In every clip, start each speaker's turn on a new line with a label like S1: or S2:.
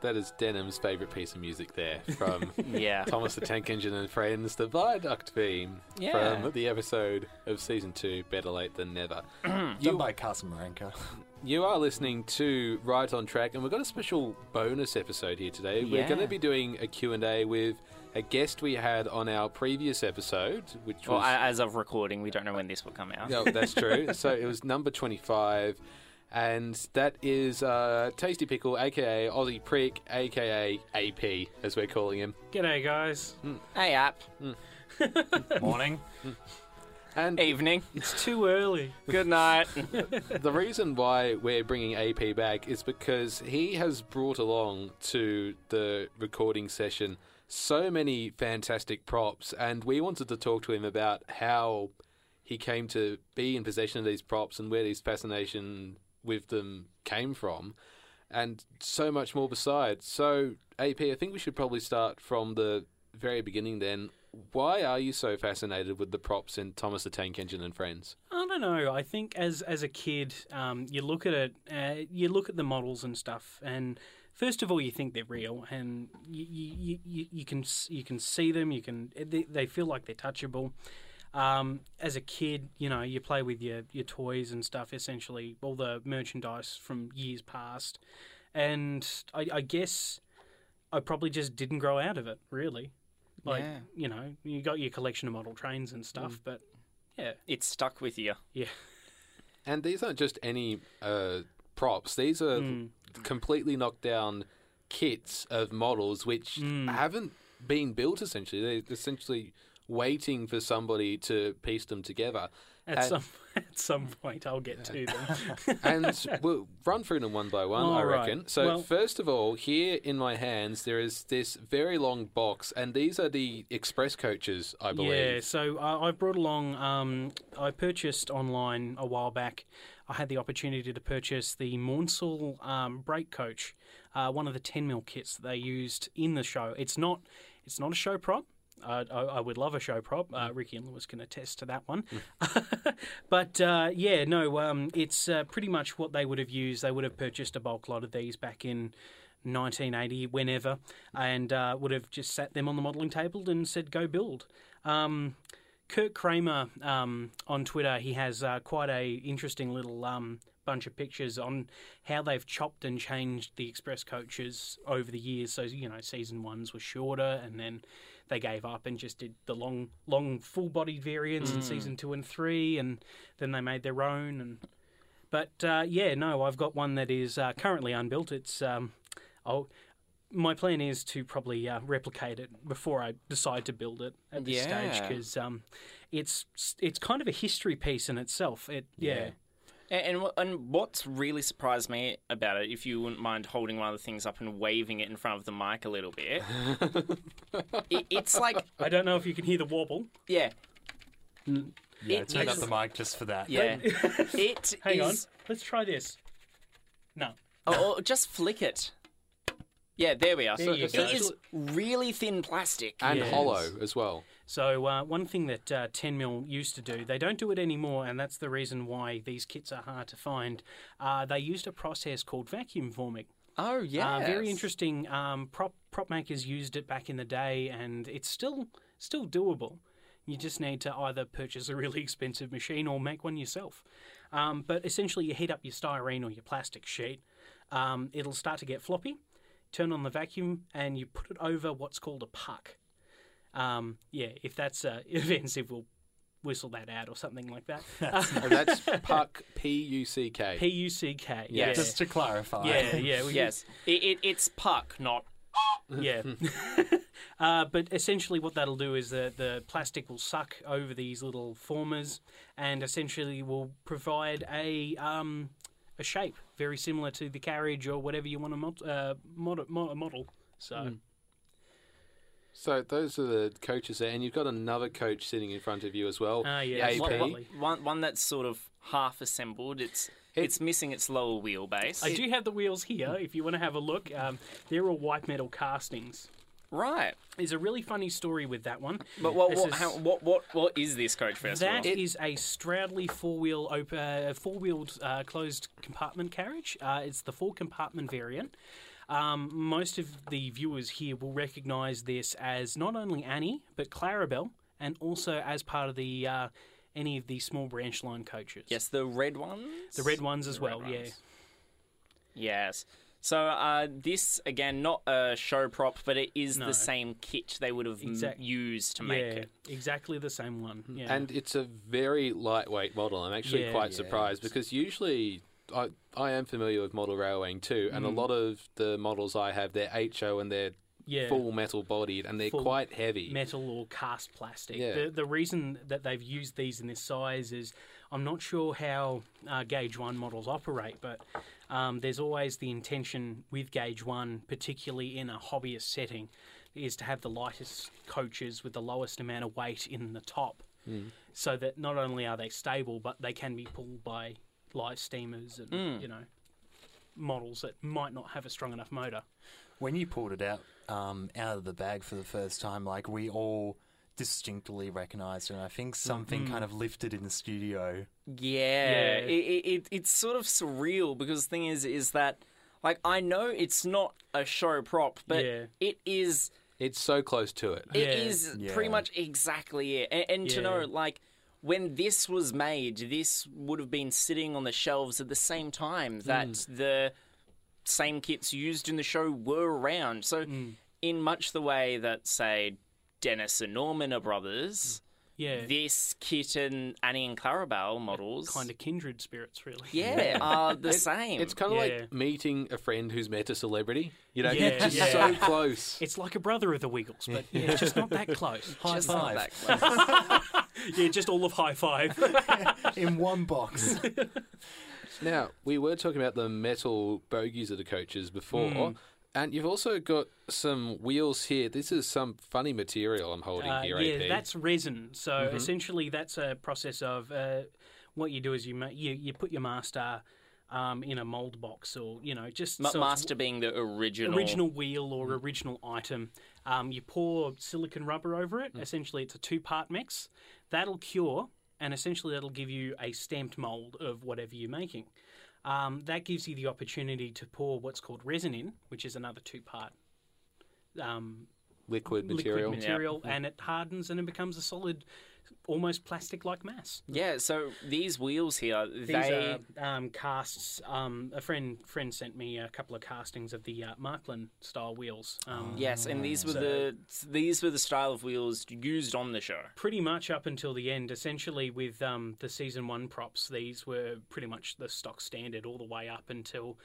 S1: That is Denham's favourite piece of music there from
S2: Yeah.
S1: Thomas the Tank Engine and Friends, the Viaduct theme
S2: Yeah.
S1: from the episode of season two, Better Late Than Never.
S3: Done by Carson Marenka.
S1: You are listening to Right on Track, and we've got a special bonus episode here today. We're
S2: Yeah.
S1: going to be doing a Q&A with a guest we had on our previous episode, which
S2: Well,
S1: was...
S2: a- as of recording, we don't know when this will come out.
S1: No, that's true. so it was number 25, and that is uh, Tasty Pickle, aka Aussie Prick, aka AP, as we're calling him.
S4: G'day, guys.
S2: Hey, app.
S3: Morning.
S1: And
S2: Evening.
S4: It's too early.
S2: Good night.
S1: the reason why we're bringing AP back is because he has brought along to the recording session so many fantastic props, and we wanted to talk to him about how he came to be in possession of these props and where his fascination with them came from, and so much more besides. So, AP, I think we should probably start from the very beginning then. Why are you so fascinated with the props in Thomas the Tank Engine and Friends?
S4: I don't know. I think as as a kid, um, you look at it, uh, you look at the models and stuff, and first of all, you think they're real, and you you, you, you can s- you can see them, you can they, they feel like they're touchable. Um, as a kid, you know, you play with your your toys and stuff, essentially all the merchandise from years past, and I, I guess I probably just didn't grow out of it, really. Like
S2: Yeah.
S4: you know, you got your collection of model trains and stuff, but yeah,
S2: It's stuck with you.
S4: yeah.
S1: And these aren't just any uh, props. These are
S4: Hmm.
S1: completely knocked down kits of models which
S4: Hmm.
S1: haven't been built essentially. They're essentially waiting for somebody to piece them together.
S4: At
S1: And-
S4: some at some point, I'll get to them.
S1: and we'll run through them one by one, I
S4: All right.
S1: reckon. So,
S4: Well-
S1: first of all, here in my hands, there is this very long box, and these are the express coaches, I believe.
S4: yeah, so I, I brought along. Um, I purchased online a while back. I had the opportunity to purchase the Maunsell um, brake coach, uh, one of the ten mil kits that they used in the show. It's not it's not a show prop. I, I, I would love a show prop. Uh, Ricky and Lewis can attest to that one. but uh, yeah, no, um, it's uh, pretty much what they would have used. They would have purchased a bulk lot of these back in 1980, whenever, and uh, would have just sat them on the modelling table and said, go build. Um, Kurt Kramer um, on Twitter, he has uh, quite a interesting little um, bunch of pictures on how they've chopped and changed the express coaches over the years. So you know, season ones were shorter, and then they gave up and just did the long, long full-bodied variants in season two and three, and then they made their own. And but uh, yeah, no, I've got one that is uh, currently unbuilt. It's um, I'll, my plan is to probably uh, replicate it before I decide to build it at this stage
S2: Yeah.
S4: because um, it's it's kind of a history piece in itself. It yeah.
S2: And, and wha- and what's really surprised me about it, if you wouldn't mind holding one of the things up and waving it in front of the mic a little bit, it, it's like
S4: I don't know if you can hear the wobble.
S2: yeah,
S3: Yeah,
S2: It
S3: turn up
S2: is-
S3: the mic just for that.
S2: yeah. It
S4: Hang
S2: is-
S4: on, let's try this. No,
S2: Or, or just flick it. Yeah, there we are.
S4: There you
S2: it
S4: go.
S2: is really thin plastic.
S1: And
S4: Yes.
S1: hollow as well.
S4: So uh, one thing that uh, 10 mil used to do, they don't do it anymore, and that's the reason why these kits are hard to find. Uh, they used a process called vacuum forming.
S2: Oh yeah,
S4: Uh, very interesting. Um, prop prop makers used it back in the day, and it's still still doable. You just need to either purchase a really expensive machine or make one yourself. Um, but essentially, you heat up your styrene or your plastic sheet. Um, it'll start to get floppy. Turn on the vacuum, and you put it over what's called a puck. Um, yeah, if that's uh, offensive, we'll whistle that out or something like that.
S1: And that's Puck, P U C K.
S4: P U C K.
S2: Yes.
S3: Just to clarify.
S4: Yeah, yeah, we-
S2: Yes, it, it, it's puck, not
S4: yeah. uh, but essentially, what that'll do is the the plastic will suck over these little formers, and essentially will provide a um, a shape very similar to the carriage or whatever you want to mod- uh, mod- mod- model. So
S1: So those are the coaches there, and you've got another coach sitting in front of you as well.
S4: Ah, yes,
S1: AP.
S4: lovely.
S2: One, one that's sort of half assembled. It's
S1: It-
S2: it's missing its lower wheelbase.
S4: I do have the wheels here if you want to have a look. Um, they're all white metal castings.
S2: Right,
S4: There's a really funny story with that one.
S2: but what
S4: This
S2: what,
S4: is-
S2: how, what what what is this coach first
S4: That
S2: of all?
S4: is a Stroudley four-wheel, op- uh, four-wheeled uh, closed compartment carriage. Uh, it's the four-compartment variant. Um, most of the viewers here will recognise this as not only Annie but Clarabelle, and also as part of the uh, any of the small branch line coaches.
S2: yes, the red ones.
S4: the red ones as
S2: The
S4: well.
S2: red
S4: yeah,
S2: ones. Yes. So uh, this again, not a show prop, but it is
S4: No.
S2: the same kit they would have m-
S4: Exact-
S2: used to
S4: yeah,
S2: make it. Hmm.
S4: exactly the same one. Yeah.
S1: And it's a very lightweight model. I'm actually
S4: Yeah.
S1: quite
S3: Yeah.
S1: surprised because usually I, I am familiar with model railwaying too, and a
S4: Mm.
S1: lot of the models I have, they're HO and they're
S4: yeah.
S1: full metal bodied and they're
S4: Full
S1: quite heavy.
S4: metal or cast plastic.
S1: Yeah.
S4: The, the reason that they've used these in this size is I'm not sure how uh, Gauge 1 models operate, but um, there's always the intention with Gauge 1, particularly in a hobbyist setting, is to have the lightest coaches with the lowest amount of weight in the top so that not only are they stable, but they can be pulled by live steamers and, you know, models that might not have a strong enough motor.
S3: When you pulled it out um, out of the bag for the first time, like we all distinctly recognised, it, and I think something kind of lifted in the studio.
S2: Yeah,
S4: Yeah.
S2: It, it, it, it's sort of surreal because the thing is, is that like I know it's not a show prop, but
S4: Yeah.
S2: it is.
S1: It's so close to it.
S2: It
S4: Yeah.
S2: is
S3: Yeah.
S2: pretty much exactly it. And, and to
S4: Yeah.
S2: know, like, when this was made, this would have been sitting on the shelves at the same time that
S4: Mm.
S2: the same kits used in the show were around. So,
S4: Mm.
S2: in much the way that, say, Dennis and Norman are brothers,
S4: Yeah.
S2: this kit and Annie and Clarabelle models
S4: kind of kindred spirits, really.
S2: yeah, are the same.
S1: It's kind of
S4: Yeah.
S1: like meeting a friend who's met a celebrity. You know,
S4: Yeah.
S1: you're just
S4: Yeah.
S1: so close.
S4: It's like a brother of the Wiggles, but yeah, just not that close. High
S2: Just
S4: five.
S2: not that close.
S4: Yeah, just all of high five.
S3: in one box.
S1: Now, we were talking about the metal bogies of the coaches before.
S4: Hmm.
S1: And you've also got some wheels here. This is some funny material I'm holding
S4: Uh,
S1: here,
S4: yeah,
S1: AP.
S4: that's resin. So essentially, that's a process of uh, what you do is you ma- you, you put your master um, in a mold box or you know just
S2: Ma-
S4: so it's
S2: Master being the original.
S4: original wheel or original item. Um, you pour silicon rubber over it. Essentially, it's a two part mix. That'll cure, and essentially, that'll give you a stamped mold of whatever you're making. Um, that gives you the opportunity to pour what's called resin in, which is another two part um,
S1: liquid material.
S4: liquid material, and it hardens and it becomes a solid, almost plastic like mass.
S2: Yeah, so these wheels here,
S4: These
S2: they
S4: are um, casts. Um, a friend friend sent me a couple of castings of the uh, Marklin style wheels. Um,
S2: Yes, and these were the these were the style of wheels used on the show.
S4: pretty much up until the end. Essentially, with um, the season one props, these were pretty much the stock standard all the way up until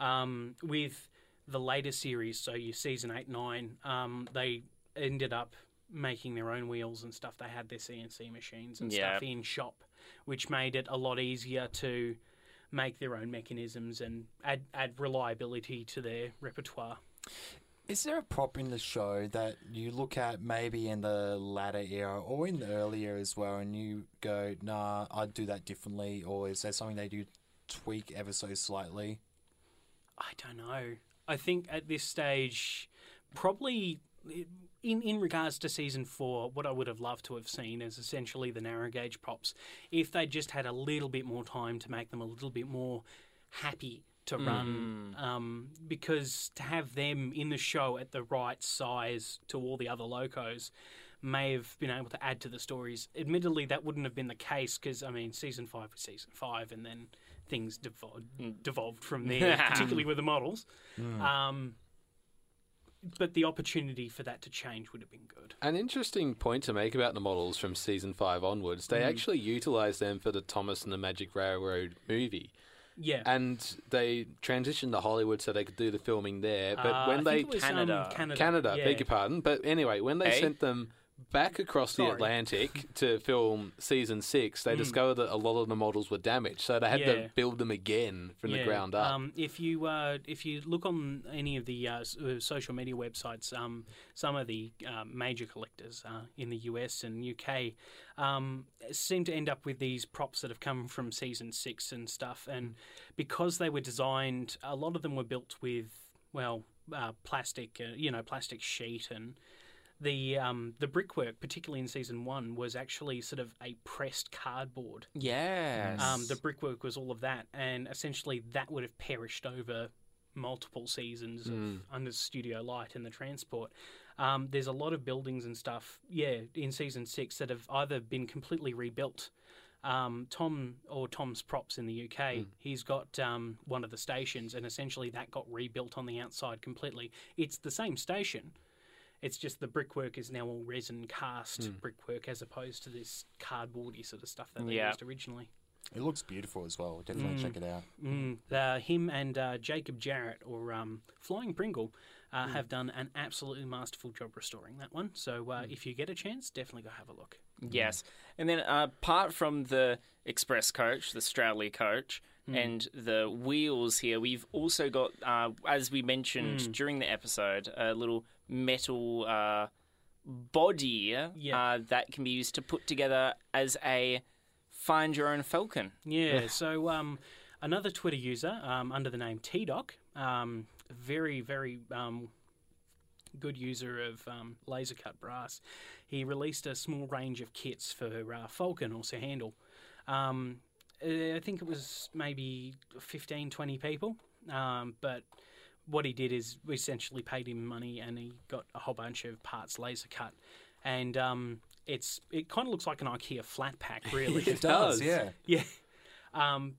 S4: um, with the later series. So your season eight, nine, um, they ended up making their own wheels and stuff. They had their CNC machines and
S2: Yeah.
S4: stuff in shop, which made it a lot easier to make their own mechanisms and add, add reliability to their repertoire.
S3: Is there a prop in the show that you look at maybe in the latter era or in the earlier as well, and you go, "Nah, I'd do that differently," or is there something they do tweak ever so slightly?
S4: I don't know. I think at this stage, probably in in regards to season four, what I would have loved to have seen is essentially the narrow gauge props. If they just had a little bit more time to make them a little bit more happy to run, um, because to have them in the show at the right size to all the other locos. May have been able to add to the stories. Admittedly, that wouldn't have been the case because I mean, season five was season five, and then things devolved, devolved from there, particularly with the models. Um, but the opportunity for that to change would have been good.
S1: An interesting point to make about the models from season five onwards, they
S4: Hmm.
S1: actually utilised them for the Thomas and the Magic Railroad movie.
S4: Yeah.
S1: And they transitioned to Hollywood so they could do the filming there. But
S4: Uh,
S1: when
S4: I
S1: they
S4: think it was, um,
S2: Canada.
S4: Canada,
S1: Canada,
S4: yeah.
S1: beg your pardon. But anyway, when they
S2: Eh?
S1: sent them back across the
S4: Sorry. Hmm.
S1: Atlantic to film season six, they discovered that a lot of the models were damaged, so they had
S4: Yeah.
S1: to build them again from the
S4: Yeah,
S1: ground up.
S4: Um, if you uh, if you look on any of the uh, s- uh, social media websites, um, some of the uh, major collectors uh, in the US and UK um, seem to end up with these props that have come from season six and stuff. And because they were designed, a lot of them were built with well uh, plastic, uh, you know, plastic sheet and. The um, the brickwork, particularly in season one, was actually sort of a pressed cardboard
S2: Yes.
S4: um, the brickwork was all of that, and essentially that would have perished over multiple seasons
S2: Hmm.
S4: of under studio light and the transport. Um, there's a lot of buildings and stuff, yeah, in season six that have either been completely rebuilt. Um, Tom or Tom's props in the UK,
S2: Hmm.
S4: he's got um, one of the stations, and essentially that got rebuilt on the outside completely. It's the same station. It's just the brickwork is now all resin cast
S2: Hmm.
S4: brickwork as opposed to this cardboardy sort of stuff that they
S2: Yeah.
S4: used originally.
S3: It looks beautiful as well. Definitely check it out.
S4: Mm, uh, him and uh, Jacob Jarrett, or um, Flying Pringle, uh, have done an absolutely masterful job restoring that one. So uh, if you get a chance, definitely go have a look.
S2: Mm. Yes. And then uh, apart from the express coach, the Stroudley coach, and the wheels here, we've also got, uh, as we mentioned during the episode, a little metal uh, body uh,
S4: Yeah.
S2: that can be used to put together as a find your own falcon.
S4: Yeah. so um, another Twitter user um, under the name T Doc, um, very very um, good user of um, laser cut brass. He released a small range of kits for uh, Falcon or Sir Handel. Um, uh, I think it was maybe 15, 20 people, um, but. What he did is we essentially paid him money, and he got a whole bunch of parts laser cut, and um, it's it kind of looks like an IKEA flat pack, really.
S3: It does,
S1: does.
S3: yeah.
S4: Yeah. Um,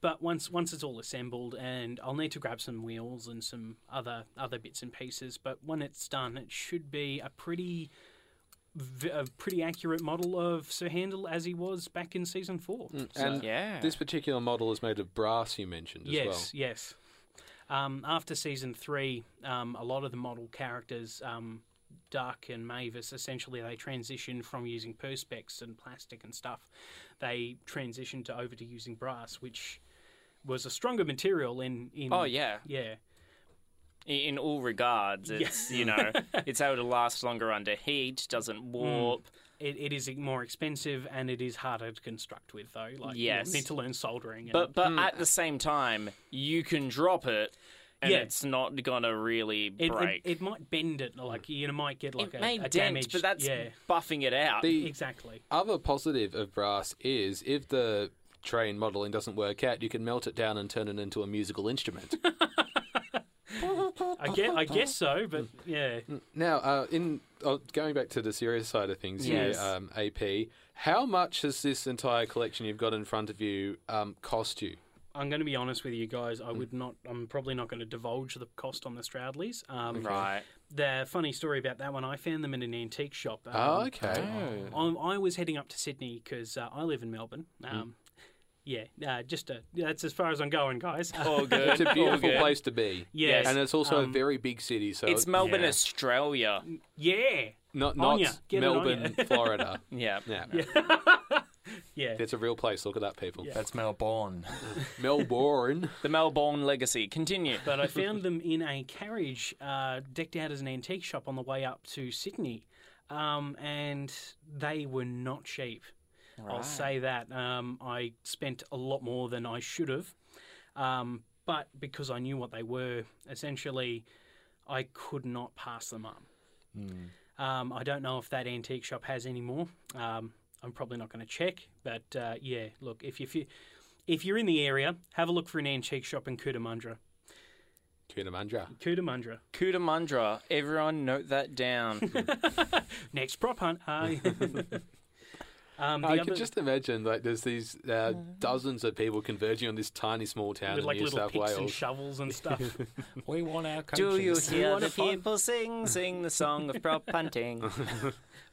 S4: but once once it's all assembled, and I'll need to grab some wheels and some other other bits and pieces. But when it's done, it should be a pretty v- a pretty accurate model of Sir Handel as he was back in season four.
S2: Mm,
S1: and
S2: Yeah.
S1: this particular model is made of brass, you mentioned as
S4: yes,
S1: well.
S4: yes. Um, after season three, um, a lot of the model characters, um, Duck and Mavis, essentially they transitioned from using perspex and plastic and stuff. They transitioned to over to using brass, which was a stronger material in. in
S2: Oh, yeah.
S4: yeah,
S2: I- In all regards, it's, you know, it's able to last longer under heat, doesn't
S4: Hmm.
S2: warp.
S4: it, it is more expensive and it is harder to construct with though. Like
S2: Yes.
S4: you need to learn soldering. And,
S2: But but at the same time, you can drop it, and
S4: Yeah.
S2: it's not gonna really
S4: it,
S2: break.
S4: it, it might bend it like you know, might get like
S2: It
S4: a,
S2: may
S4: a
S2: dent,
S4: damage.
S2: but that's
S4: yeah,
S2: buffing it out.
S1: The
S4: exactly.
S1: other positive of brass is if the train modeling doesn't work out, you can melt it down and turn it into a musical instrument.
S4: I guess, I guess so, but yeah.
S1: Now, uh, in uh, going back to the serious side of things,
S2: Yes.
S1: here, um, AP, how much has this entire collection you've got in front of you um, cost you?
S4: I'm going to be honest with you guys. I would not. I'm probably not going to divulge the cost on the Stroudleys. Um,
S2: right.
S4: The funny story about that one, I found them in an antique shop. Um,
S1: Oh, okay.
S4: I'm- I, was heading up to Sydney because uh, I live in Melbourne.
S2: Hmm.
S4: Um, Yeah, uh, just a, yeah, that's as far as I'm going, guys.
S2: All good.
S1: It's a
S2: all
S1: beautiful
S2: good.
S1: place to be.
S4: Yes. Um,
S1: And it's also a very big city, so
S2: It's Melbourne,
S4: Yeah. Mm.
S2: Australia.
S4: yeah,
S1: not, not
S4: Anya, get it,
S1: Melbourne, Florida.
S2: Yeah.
S1: Yeah.
S4: yeah.
S1: It's a real place. Look at that, people.
S3: That's Melbourne.
S1: Melbourne.
S2: The Melbourne legacy. Continue.
S4: but I found them in a carriage uh, decked out as an antique shop on the way up to Sydney. Um, and they were not cheap. I'll say that. Um, I spent a lot more than I should have. Um, but because I knew what they were, essentially, I could not pass them up. Um, I don't know if that antique shop has any more. Um, I'm probably not going to check, but uh, yeah, look if you, if you if you're in the area, have a look for an antique shop in Cootamundra.
S1: Cootamundra.
S4: Cootamundra.
S2: Cootamundra. Everyone note that down.
S4: Next prop hunt. Hi. um, the
S1: I
S4: other, Mm-hmm.
S1: can just imagine like there's these uh, dozens of people converging on this tiny small town
S4: with
S1: in
S4: like
S1: New
S4: little
S1: South
S4: picks and
S1: Wales.
S4: shovels and stuff.
S3: we want
S2: Do
S3: our country.
S2: you hear
S4: wanna
S2: the
S4: find-
S2: people sing? Sing the song of prop hunting.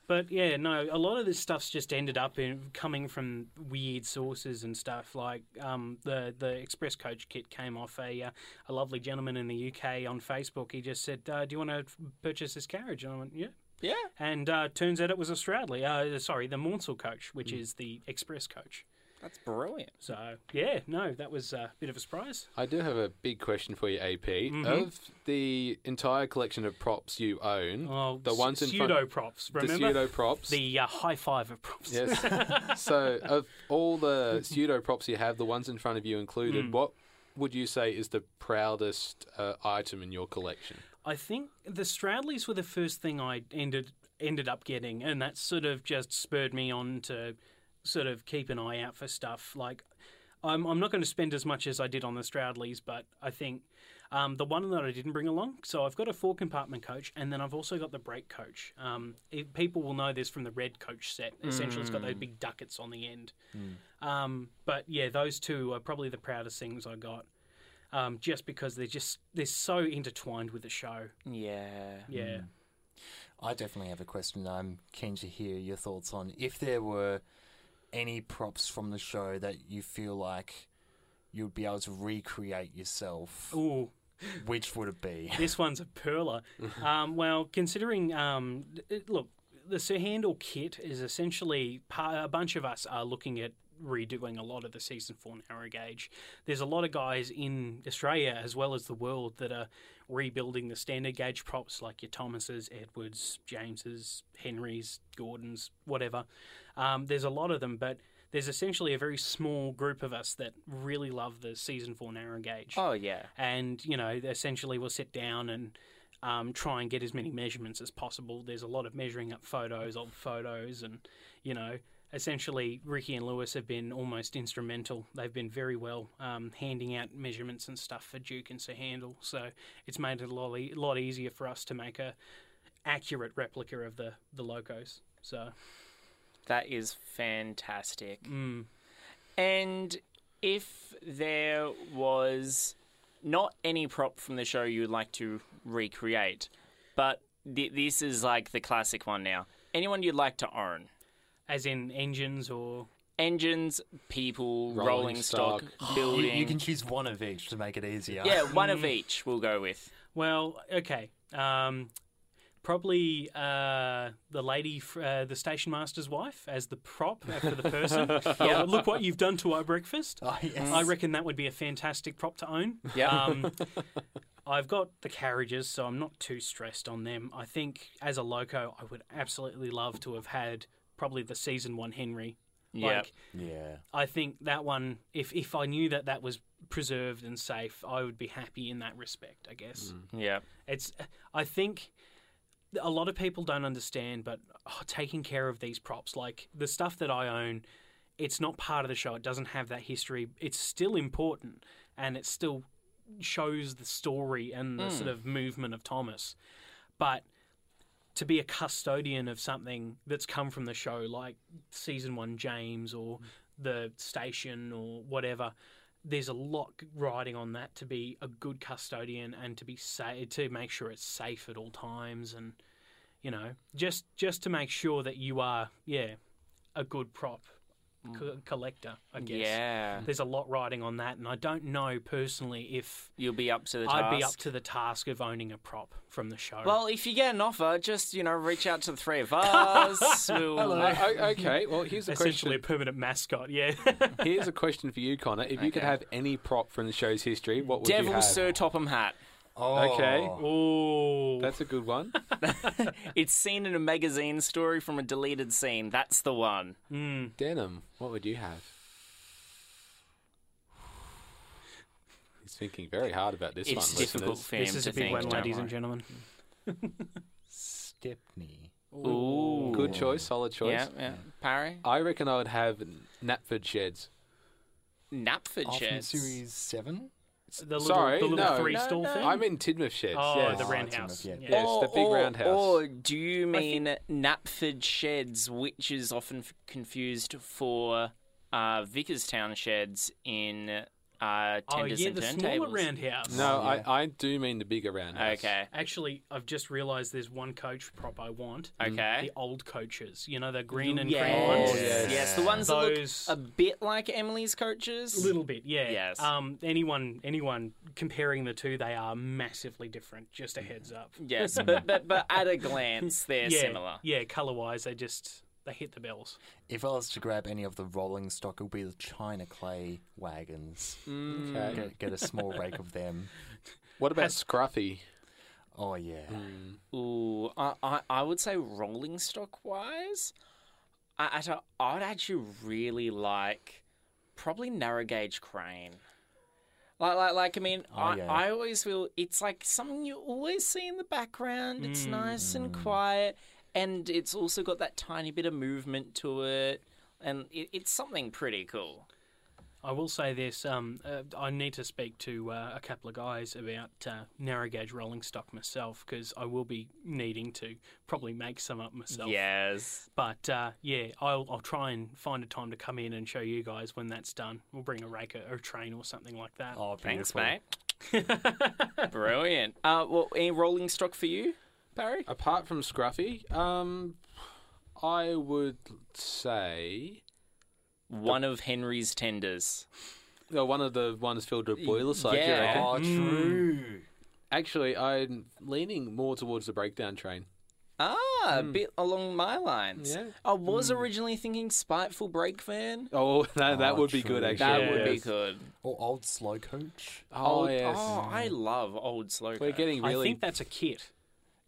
S4: but yeah, no, a lot of this stuff's just ended up in coming from weird sources and stuff. Like um, the the express coach kit came off a uh, a lovely gentleman in the UK on Facebook. He just said, uh, "Do you want to purchase this carriage?" And I went, "Yeah."
S2: Yeah.
S4: And uh, turns out it was a Stroudley. Uh, sorry, the Maunsell coach,
S1: Hmm.
S4: which is the Express coach.
S2: That's brilliant.
S4: So yeah, no, that was a bit of a surprise.
S1: I do have a big question for you, AP. Of the entire collection of props you own,
S4: Oh,
S1: the ones in
S4: pseudo
S1: front,
S4: props.
S1: the
S4: Remember
S1: pseudo props,
S4: The, uh, high five of props.
S1: yes. so, of all the pseudo props you have, the ones in front of you included, what would you say is the proudest uh, item in your collection?
S4: I think the Stroudleys were the first thing I ended ended up getting, and that sort of just spurred me on to sort of keep an eye out for stuff. Like, I'm I'm not going to spend as much as I did on the Stroudleys, but I think um, the one that I didn't bring along. So I've got a four compartment coach, and then I've also got the brake coach. Um, it, people will know this from the red coach set. Essentially, it's got those big ducats on the end. Um, but yeah, those two are probably the proudest things I got. Um, just because they're just they're so intertwined with the show.
S2: Yeah.
S4: Yeah.
S3: I definitely have a question. that I'm keen to hear your thoughts on if there were any props from the show that you feel like you'd be able to recreate yourself.
S4: Ooh,
S3: Which would it be?
S4: this one's a perler. um, well, considering, um, it- look, the Surhandle kit is essentially pa- a bunch of us are looking at redoing a lot of the season four narrow gauge. There's a lot of guys in Australia as well as the world that are rebuilding the standard gauge props like your Thomases, Edwards, Jameses, Henrys, Gordons, whatever. Um, there's a lot of them, but there's essentially a very small group of us that really love the season four narrow gauge
S2: Oh yeah.
S4: and you know essentially we'll sit down and um, try and get as many measurements as possible there's a lot of measuring up photos old photos and you know essentially ricky and lewis have been almost instrumental they've been very well um, handing out measurements and stuff for duke and sir handle so it's made it a lot, e- lot easier for us to make a accurate replica of the the locos so
S2: That is fantastic.
S4: mm,
S2: And if there was not any prop from the show you'd like to recreate, but th- this is like the classic one now. Anyone you'd like to own?
S4: as in engines or
S2: Engines, people, rolling,
S1: Rolling
S2: stock,
S3: You,
S2: building.
S3: you can choose one of each to make it easier.
S2: Yeah, one of each we'll go with.
S4: Well, okay. Um, probably uh, the lady, f- uh, the station master's wife, as the prop for the person. Oh, Look what you've done to our breakfast.
S3: Oh, yes.
S4: I reckon that would be a fantastic prop to own.
S2: Yeah.
S4: Um, I've got the carriages, so I'm not too stressed on them. I think as a loco, I would absolutely love to have had probably the season one Henry.
S2: Yep.
S4: Like,
S3: yeah.
S4: I think that one, if, if I knew that that was preserved and safe, I would be happy in that respect, I guess.
S2: yeah.
S4: It's. I think a lot of people don't understand, but oh, taking care of these props, like the stuff that I own, it's not part of the show. It doesn't have that history. It's still important, and it still shows the story and the sort of movement of Thomas. But to be a custodian of something that's come from the show, like season one James or the station or whatever, there's a lot riding on that to be a good custodian and to be sa- to make sure it's safe at all times and you know just just to make sure that you are yeah a good prop co- collector I guess
S2: Yeah.
S4: there's a lot riding on that and I don't know personally if
S2: You'll be up to the task.
S4: I'd be up to the task of owning a prop from the show
S2: Well, if you get an offer, just, you know, reach out to the three of us. we'll...
S1: I, I, okay, well, here's a question.
S4: essentially a permanent mascot yeah
S1: Here's a question for you, Connor. If you could
S2: Okay.
S1: have any prop from the show's history, what would you
S2: Devil
S1: have?
S2: Sir Topham Hat.
S3: Oh.
S1: Okay.
S4: oh
S1: That's a good one.
S2: It's seen in a magazine story from a deleted scene. That's the one.
S1: Denim. What would you have? He's thinking very hard about this
S2: it's
S1: one.
S2: difficult
S1: listeners.
S2: for him
S4: this is
S2: to
S4: a big
S2: think,
S4: one
S2: don't
S4: ladies and
S2: worry.
S4: gentlemen
S3: Stepney.
S2: Ooh.
S1: Good choice, solid choice.
S2: Yeah, yeah. Parry.
S1: I reckon I would have Knapford sheds.
S2: Napford
S3: Off from
S2: sheds.
S3: series seven.
S4: the little,
S1: Sorry,
S4: the little
S1: no,
S4: three
S1: no,
S4: stall
S1: no.
S4: thing
S1: I mean Tidmouth sheds.
S4: oh
S1: yes.
S4: the
S3: Oh, it's
S4: roundhouse
S3: in the- yeah.
S1: Yes, the big
S2: or,
S1: roundhouse.
S2: Or do you mean Napford Sheds, which is often f- confused for uh, Vickers Town Sheds in uh,
S4: Oh
S2: tenders
S4: yeah,
S2: and
S4: the smaller
S2: turntables.
S4: roundhouse.
S1: No,
S3: Oh, yeah.
S1: I, I do mean the bigger roundhouse.
S2: Okay.
S4: Actually, I've just realised there's one coach prop I want.
S1: Mm.
S2: Okay.
S4: The old coaches, you know, the green and
S2: yes.
S4: green ones.
S1: Oh, yes.
S2: yes, the ones
S4: Those-
S2: that look a bit like Emily's coaches.
S4: A little bit, yeah.
S2: Yes.
S4: Um, anyone, anyone comparing the two, they are massively different. Just a heads up.
S2: Yes, but, but but at a glance, they're
S4: yeah,
S2: similar.
S4: Yeah, color wise, they just they hit the bells.
S3: If I was to grab any of the rolling stock, it would be the China clay wagons.
S1: Okay.
S3: Get, get a small rake of them.
S1: What about Scruffy?
S3: Oh yeah.
S2: Mm. Ooh, I, I, I would say rolling stock wise, I, I, don't- I would actually really like probably narrow gauge crane. Like, like, like I mean, I,
S3: yeah.
S2: I always feel it's like something you always see in the background. It's nice and quiet, and it's also got that tiny bit of movement to it, and it, it's something pretty cool.
S4: I will say this. Um, uh, I need to speak to uh, a couple of guys about uh, narrow gauge rolling stock myself because I will be needing to probably make some up myself.
S2: Yes.
S4: But uh, yeah, I'll, I'll try and find a time to come in and show you guys when that's done. We'll bring a rake or a train or something like that.
S3: Oh,
S2: Thanks,
S3: beautiful.
S2: mate. Brilliant. Uh, well, any rolling stock for you, Barry?
S1: Apart from Scruffy, um, I would say
S2: One of Henry's tenders.
S1: oh, one of the ones filled with boiler sides. you
S2: yeah.
S1: reckon?
S3: Oh,
S1: Mm.
S3: true.
S1: Actually, I'm leaning more towards the breakdown train.
S2: Ah, a bit along my lines.
S1: Hmm. Yeah. Hmm.
S2: I was originally thinking spiteful brake van.
S1: Oh, that, that
S3: Oh,
S1: would be
S3: true.
S1: good. Actually,
S2: That would be
S1: Yes.
S2: good.
S3: Or old slow coach.
S1: Oh,
S2: Old-
S1: yes.
S2: oh, I love old slow.
S1: We're
S2: coach.
S1: getting
S4: I
S1: really.
S4: think that's a kit.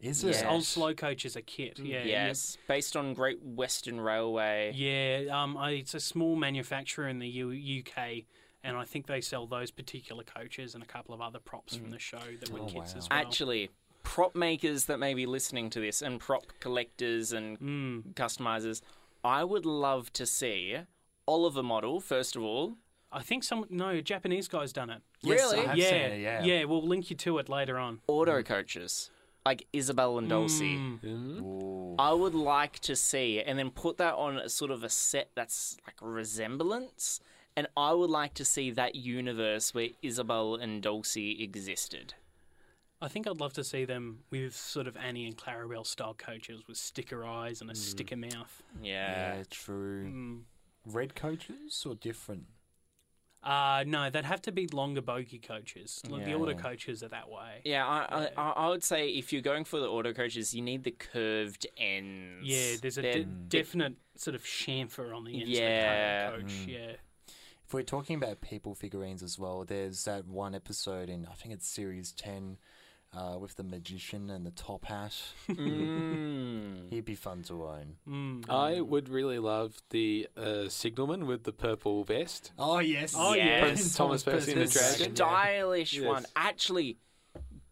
S3: Is
S2: Yeah.
S3: it?
S4: This
S2: Yes. Mm.
S4: old slow coach is a kit. Yeah.
S2: yes, based on Great Western Railway.
S4: Yeah, um, I, it's a small manufacturer in the U- UK, and I think they sell those particular coaches and a couple of other props from the show that were
S3: Oh,
S4: kits
S3: wow.
S4: as well.
S2: Actually, prop makers that may be listening to this and prop collectors and
S1: Hmm.
S2: customizers, I would love to see Oliver model first of all.
S4: I think some no a Japanese guy's done it.
S3: Yes, I
S2: Really?
S3: have
S4: yeah,
S3: seen it, yeah.
S4: We'll link you to it later on.
S2: auto coaches like Isabel and Dulcie.
S4: Mm.
S1: Mm.
S2: I would like to see, and then put that on a sort of a set that's like a resemblance. And I would like to see that universe where Isabel and Dulcie existed.
S4: I think I'd love to see them with sort of Annie and Clarabelle style coaches with sticker eyes
S3: Mm.
S4: and a sticker mouth.
S2: Yeah. Mm.
S3: Yeah, true. Red coaches or different?
S4: Uh, no, they'd have to be longer bogey coaches. Like the
S3: Yeah.
S4: auto coaches are that way.
S2: Yeah, I, I, I would say if you're going for the auto coaches, you need the curved ends.
S4: Yeah, there's a
S2: They're-
S4: de- definite sort of chamfer on the end.
S2: Yeah.
S4: coach.
S3: Mm.
S4: Yeah.
S3: If we're talking about people figurines as well, there's that one episode in I think it's series ten, uh, with the magician and the top hat.
S2: Mm.
S3: He'd be fun to own.
S1: I would really love the uh, signalman with the purple vest.
S3: Oh yes.
S2: Oh, yes.
S1: Thomas Percy and the Dragon.
S2: Stylish
S1: Yes.
S2: one. Actually,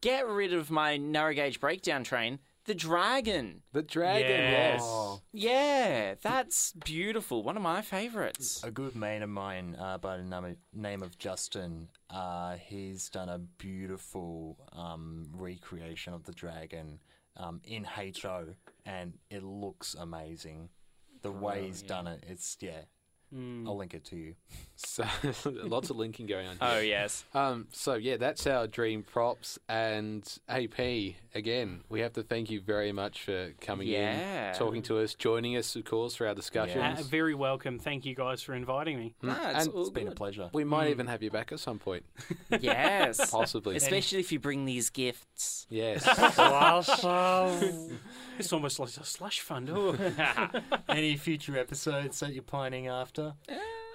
S2: get rid of my narrow gauge breakdown train. The dragon.
S1: The dragon.
S4: Yes.
S3: Oh,
S2: Yeah, that's beautiful. One of my favorites.
S3: a good mate of mine uh, by the name of, name of Justin. Uh, he's done a beautiful um, recreation of the dragon um, in HO, and it looks amazing.
S2: Oh,
S3: The way he's done it, it's yeah.
S2: Hmm.
S3: I'll link it to you.
S1: So, lots of linking going on.
S2: Oh yes.
S1: Um, so yeah, that's our dream props and AP again. We have to thank you very much for coming
S2: Yeah.
S1: in, talking to us, joining us, of course, for our
S4: Uh,
S1: discussions.
S4: very welcome. Thank you guys for inviting me.
S2: Nah, it's
S1: And
S2: all
S3: It's been a
S2: good.
S3: pleasure.
S1: We might even have you back at some point,
S2: Yes.
S1: possibly.
S2: Especially if you bring these gifts.
S1: yes.
S4: It's almost like a slush fund. Oh,
S3: Any future episodes that you're pining after?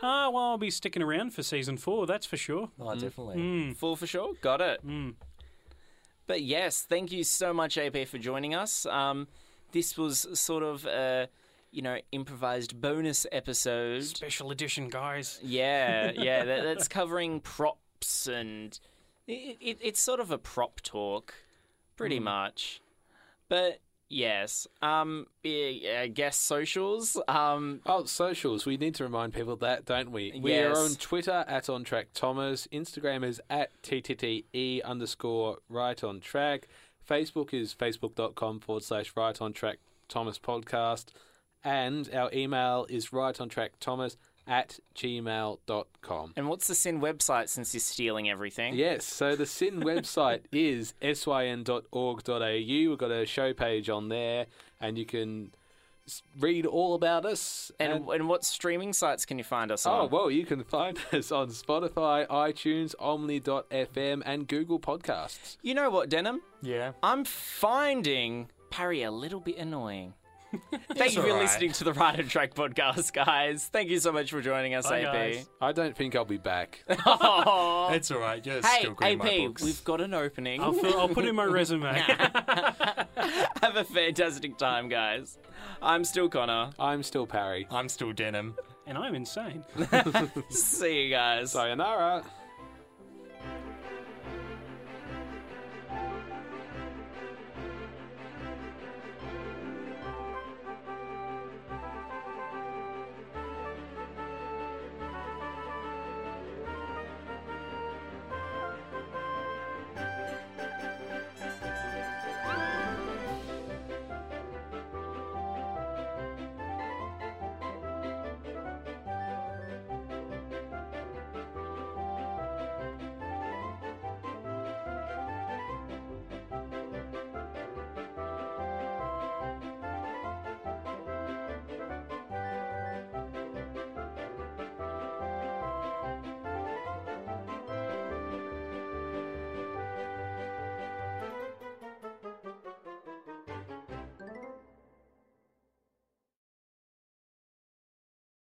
S4: Ah, well, I'll be sticking around for season four, that's for sure.
S3: Oh,
S2: Hmm.
S3: definitely.
S2: Full for sure. Got it. But yes, thank you so much, AP, for joining us. Um, this was sort of a, you know, improvised bonus episode.
S4: Special edition, guys.
S2: Yeah, yeah. That, that's covering props and it, it, it's sort of a prop talk, pretty much. But yes, um, I I guess socials. Um,
S1: oh, socials. We need to remind people of that, don't we? We are
S2: Yes.
S1: on Twitter at On Track Thomas. Instagram is at TTTE E underscore Right On Track. Facebook is facebook.com forward slash Right On Track Thomas Podcast. And our email is Right On Track Thomas at gmail.com.
S2: And what's the Sin website since you're stealing everything?
S1: Yes, so the SYN website is syn.org.au. We've got a show page on there, and you can s- read all about us.
S2: And, and what streaming sites can you find us
S1: oh,
S2: on?
S1: well, you can find us on Spotify, iTunes, Omni.fm, and Google Podcasts.
S2: You know what, Denim?
S3: Yeah.
S2: I'm finding Parry a little bit annoying. Thank you for
S3: alright.
S2: listening to the Ride and Track podcast, guys. Thank you so much for joining us,
S4: Bye,
S2: AP.
S4: guys.
S1: I don't think I'll be back.
S2: Aw.
S3: It's all right. You're
S2: Oh. hey,
S3: still good in my
S2: AP,
S3: books.
S2: we've got an opening.
S4: I'll, fill, I'll put in my resume.
S2: Have a fantastic time, guys. I'm still Connor.
S1: I'm still Parry.
S3: I'm still denim.
S4: and I'm insane.
S2: See you guys.
S1: Sayonara.